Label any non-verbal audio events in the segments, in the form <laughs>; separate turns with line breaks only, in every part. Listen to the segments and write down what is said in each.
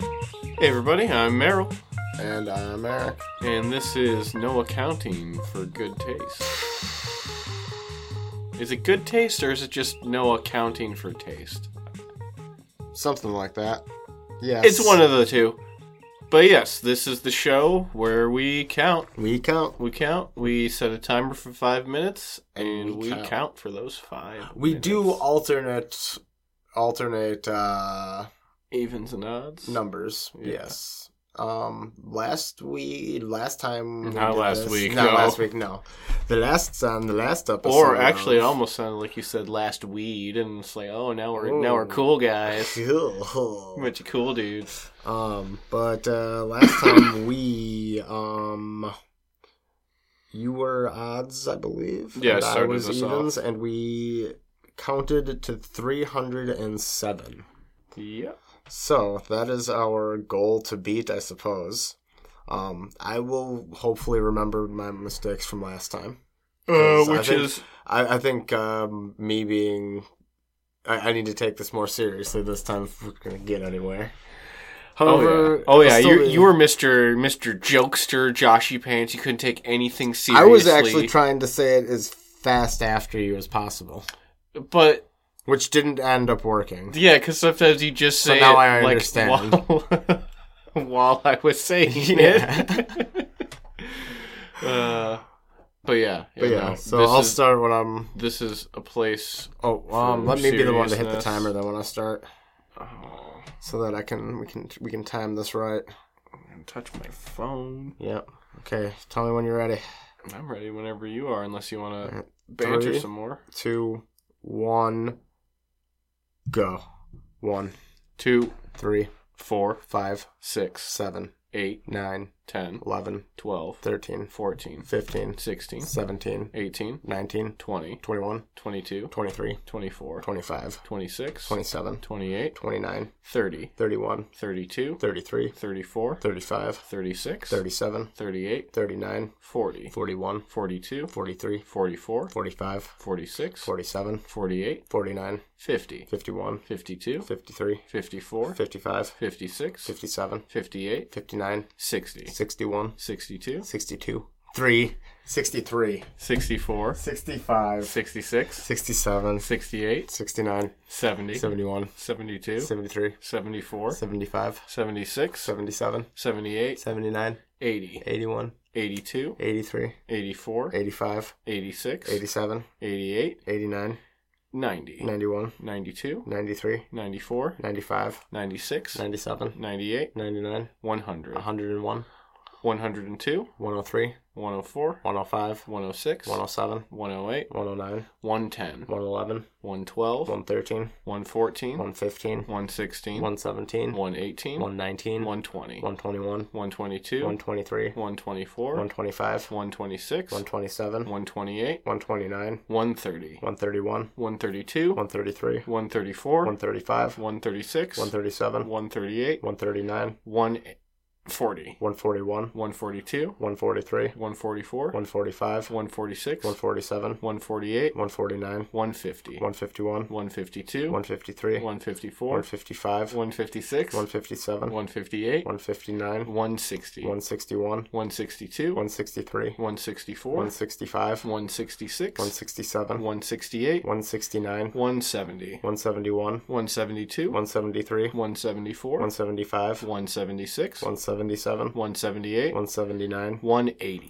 Hey everybody, I'm Merrill,
And uh, I'm Eric.
and this is No Accounting for Good Taste. Is it good taste or is it just no accounting for taste?
Something like that. Yes.
It's one of the two. But yes, this is the show where we count.
We count.
We count, we set a timer for five minutes, and
And we
we
count.
count for those five.
We do
minutes.
alternate alternate uh
evens and odds.
numbers.
Yeah.
Yes. Um last we last time we
Not
did
last
this-
week,
Not
no.
last week, no. The last on the last episode.
Or actually, it
of-
almost sounded like you said last weed, and it's like, oh, now we're now we're
Ooh.
cool guys.
<laughs> Cool.
Bunch of cool dudes.
Um, but uh, last
<coughs>
time we um, you were odds, I believe.
Yeah,
and I
started
was
us off.
evens, and we counted to three hundred and seven.
Yep.
So that is our goal to beat, I suppose. Um, I will hopefully remember my mistakes from last time.
Uh,
Because I
which
think-
is
I, I think um, me being, I, I need to take this more seriously this time if we're gonna get anywhere.
oh yeah,
However,
oh yeah.
I'll still
You
be-
you were Mister Mister Jokester, Joshy Pants. You couldn't take anything seriously.
I was actually trying to say it as fast after you as possible,
but
which didn't end up working.
yeah, because sometimes you just
So
say
now
it,
I
like,
understand.
While, <laughs> while I was
<laughs>
saying it. <laughs> uh, but yeah,
But yeah,
no,
so
this
I'll
is,
start when I'm.
this is a place.
Oh, um, let me be the one to hit the
seriousness.
timer then when I start,
Oh,
so that I can we can we can time this right.
I'm gonna touch my phone.
Yep. Okay. Tell me when you're ready.
I'm ready whenever you are, unless you want to
Alright,
banter
Uh, three.
some more.
Two, one, go. One,
Two,
three,
four,
five,
six,
seven,
eight,
nine,
ten,
eleven,
twelve,
thirteen,
14,
fifteen,
16,
seventeen,
18,
nineteen,
20,
twenty-one,
22,
twenty-three,
24,
twenty-five,
26,
twenty-seven,
28,
29,
30,
31,
32,
33,
34,
35,
36,
37,
38,
39,
40,
41,
42,
43,
44,
45,
46,
47,
48,
49,
50,
51,
52,
53,
54,
55,
56,
57,
58,
59,
60,
61,
62,
62, 3, 63,
64,
65,
66,
67,
68,
69,
70,
71,
72,
73,
74,
75,
76,
77,
78,
79,
80,
81,
82,
83,
84,
85,
86,
87,
88,
89,
90,
91,
92,
93,
94,
95,
96,
97,
98,
99,
100,
Uh-huh. 101,
102,
103,
104,
105,
106,
107,
108,
109,
110,
111,
112,
113,
114,
115,
116,
117,
118,
119,
120,
121,
122,
123,
124,
125,
126,
127,
128,
129,
130,
131,
132,
133,
134,
135,
136,
137,
138,
139,
140,
141,
142,
143,
144,
145,
146,
147,
148,
149,
150,
151,
152,
153,
154,
155,
156,
157,
158,
159,
160,
161,
162,
163,
164,
165,
166,
167,
168,
169,
170,
171,
172, 174, 176, 178,
173, 175, 177, 179,
180,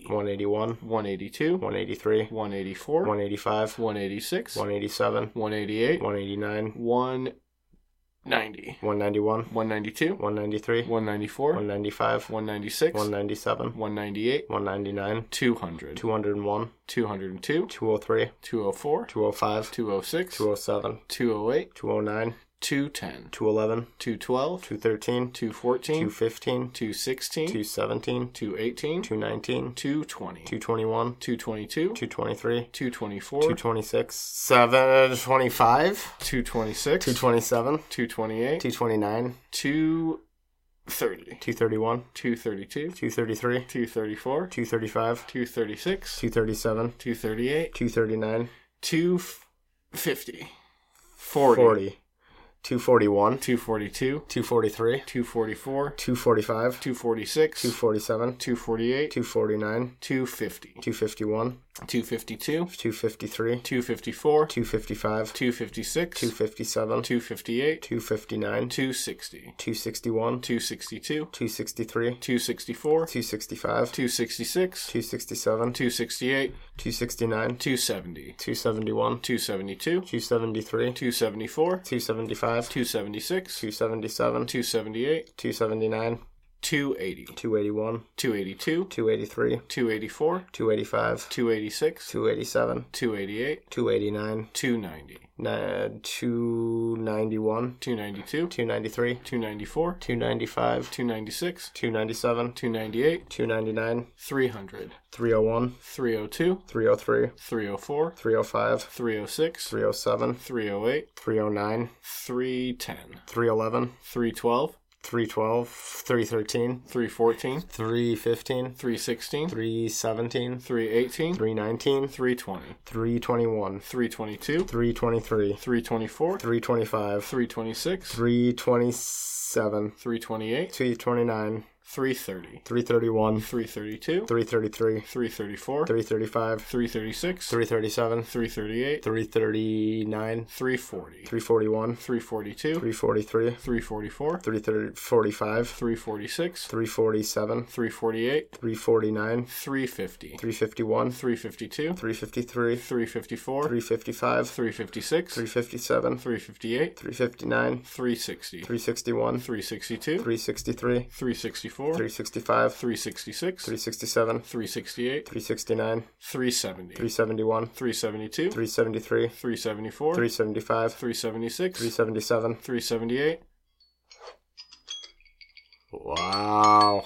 181,
182,
183,
184,
185,
186,
187,
188,
189,
190,
191,
192,
193,
194,
195,
196,
197,
198,
199,
200,
201,
202,
203,
204,
205,
206,
207,
208,
209,
210,
211,
212,
213,
214,
215,
216,
217,
218,
219,
220,
221,
222, 224,
223, 226, 725,
226,
227,
228,
229,
230,
231,
232,
233,
234,
235,
236,
237,
238,
239,
250, 40,
40, 241,
242,
243,
244,
245,
246,
247,
248,
249,
250,
251,
252,
253,
254,
255,
256,
257,
258,
259,
260,
261,
262,
263,
264,
265,
266,
267,
268,
269,
270,
271,
272, 274,
273, 275,
276,
277,
278,
279,
280,
281,
282,
283,
284,
285,
286,
287,
288,
289,
290,
ni- 291,
292,
293,
294,
295,
296,
297,
298,
299,
300,
301,
302,
303,
304,
305,
306,
307,
308,
309,
310,
311,
312,
312, 313,
314,
315,
316,
317,
318,
319,
320,
321,
322,
323,
324,
325,
326,
327,
328,
329,
330,
331,
332,
333,
334,
335,
336,
337,
338,
339,
340,
341,
342,
343,
344,
345,
346,
347,
348,
349,
350,
351,
352,
353,
354,
355,
356,
357,
358,
359,
360,
361,
362,
363,
364,
365,
366,
367,
368,
369,
370,
371,
372,
373,
374,
375,
376,
377.
378,
Wow.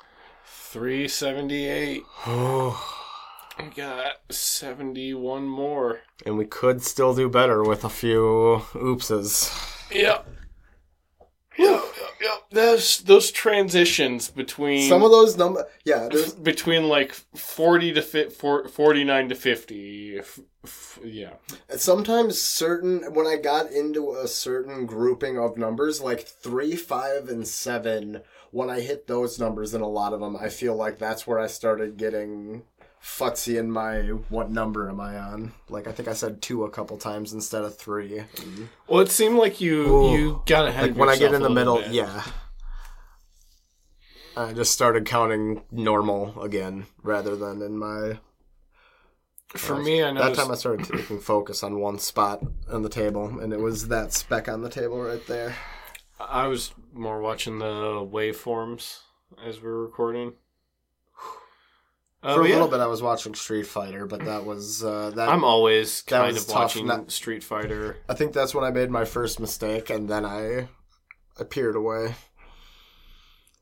<sighs>
378. I got 71 more.
and we could still do better with a few oopses.
Yep. Yep, yep, yep. Those, those transitions between.
Some of those number, yeah, there's
between like 40 to fi- for, 49 to 50 f- f- yeah
sometimes certain when I got into a certain grouping of numbers, like three, five, and seven. When I hit those numbers in a lot of them, I feel like that's where I started getting futzy in my what number am I on? Like I think I said two a couple times instead of three. And,
well it seemed like you
Ooh.
you got ahead
like
of
when I
Mm-hmm.
get
yourself a
in the
little
middle,
bit.
yeah. I just started counting normal again rather than in my
for me i
That
noticed
time I started taking focus on one spot on the table, and it was that speck on the table right there.
I was more watching the waveforms as we were recording. Uh,
For a
but yeah,
little bit, I was watching Street Fighter, but that was uh, that.
I'm always
That
kind
was
of
tough,
watching
not-
Street Fighter.
I think that's when I made my first mistake, and then I, I peered away.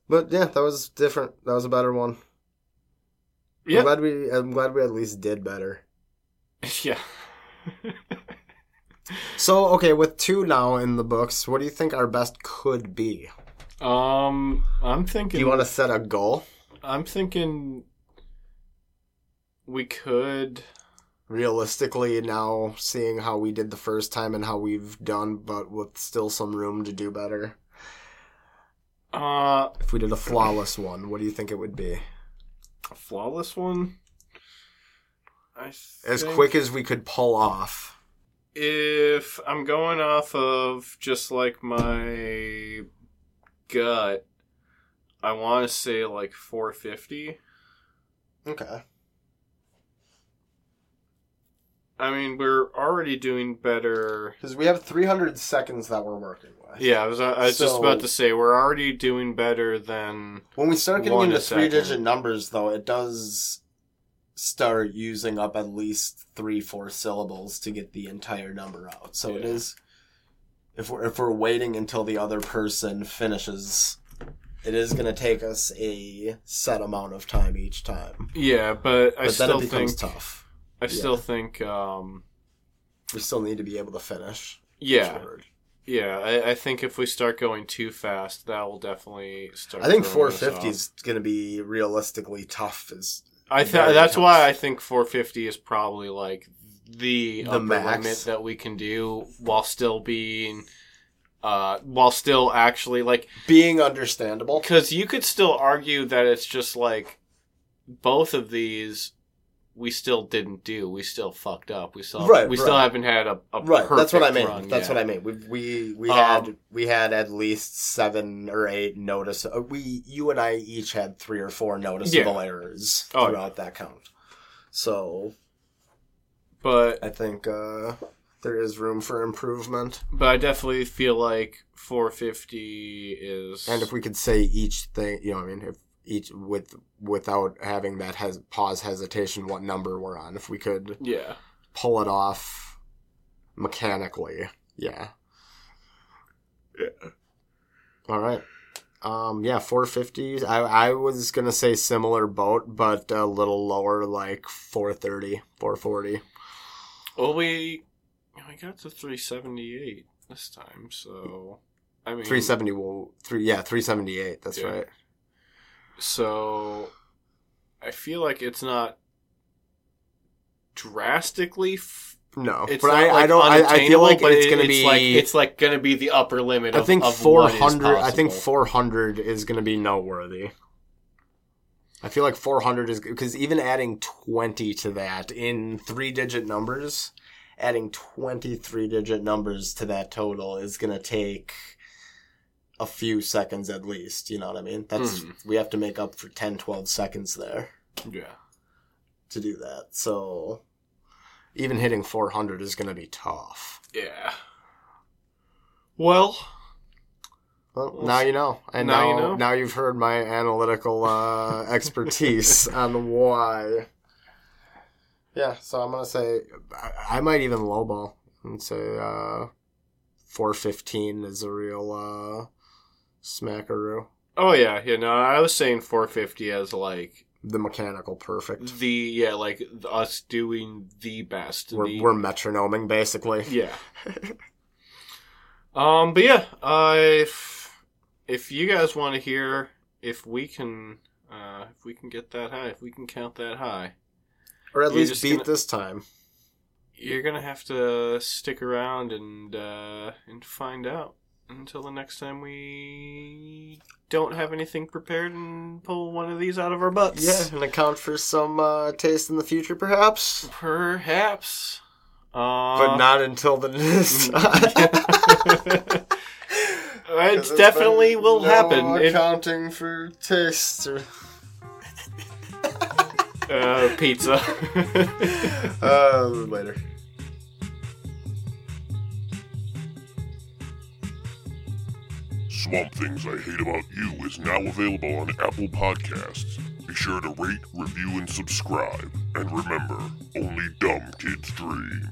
But yeah, that was different. That was a better one.
Yeah,
I'm glad we. I'm glad we at least did better.
<laughs> yeah.
So okay, with two now in the books, what do you think our best could be?
Um, I'm
Do
thinking.
you want to set a goal?
I'm thinking. We could.
realistically now seeing how we did the first time and how we've done but with still some room to do better
Uh,
if we did a flawless one what do you think it would be
a flawless one. I
as
think
quick as we could pull off
if I'm going off of just like my gut, I want to say like 450.
okay
I mean, we're already doing better.
because we have 300 seconds that we're working with
Yeah, I was, I was just
So-
about to say we're already doing better than
when we start getting
One
into
a second.
three digit numbers though it does start using up at least three four syllables to get the entire number out so it
Yeah.
is if we're if we're waiting until the other person finishes it is going to take us a set amount of time each time
yeah, but I
but then
still
it becomes
think
tough
I still think um
we still need to be able to finish each
yeah
word.
yeah I, I think if we start going too fast, that will definitely start.
i think
throwing us
450
off.
is going to be realistically tough is
I th-
very
that's
tough.
why I think 450 is probably like the,
The
upper
max.
limit that we can do while still being uh, while still actually like
Being understandable.
because you could still argue that it's just like both of these we still didn't do. We still fucked up. We still
Right,
we
right.
still haven't had a, a
Right, that's what I
perfect
mean.
run,
that's
yeah.
what I mean. We we we
Um,
had we had at least seven or eight notice. uh, We you and I each had three or four noticeable errors
Oh, yeah.
throughout that count. So
But
I think uh, there is room for improvement.
but I definitely feel like 450 is
And if we could say each thing, you know, what I mean, if each with without having that has pause hesitation, what number we're on, if we could
yeah
pull it off mechanically. Yeah. All right. Um, yeah, 450. I, I was going to say similar boat, but a little lower, like 430, 440.
well we we got to 378 this time so I mean
370 will, three, yeah, 378. That's
Yeah.
right.
So I feel like it's not drastically. F-
No,
it's
but
not,
I,
like,
I don't, I, I feel
unattainable,
like
but
it's
it-
going to be,
like it's like gonna be the upper limit.
I
of-
think
of,
400, I think
four.
400 is going to be noteworthy. I feel like 400 is because even adding 20 to that in three digit numbers, adding 23 digit numbers to that total is going to take a few seconds at least. You know what I mean? That's
Mhm.
we have to make up for 10, 12 seconds there
Yeah,
to do that. So even hitting 400 is going to be tough.
yeah. Well,
Well,
Well,
now
s-
you know. And now,
now you
now you
know.
have heard my
<laughs>
analytical uh, expertise on why. Yeah, so I'm gonna say I, I might even lowball and say uh, 415 is a real uh, smackaroo.
oh yeah, yeah. No, I was saying 450 as like
The mechanical perfect.
the yeah, like us doing the best.
We're,
the-
we're metronoming basically.
Yeah. um, but yeah, uh, if if you guys want to hear if we can uh, if we can get that high, if we can count that high,
Or at
You're
least
just
beat
gonna-
this time.
you're gonna have to stick around and uh, and find out until the next time we don't have anything prepared and pull one of these out of our butts.
Yeah, <laughs> and account for some uh, taste in the future perhaps.
Perhaps. Uh,
but not <laughs> until the next <laughs> time.
<laughs> It
'Cause it's
definitely
been
will
no
happen. It-
Accounting for taste. or-
uh, pizza.
uh, later.
Swamp Things I Hate About You is now available on Apple Podcasts. Be sure to rate, review, and subscribe. And remember, only dumb kids dream.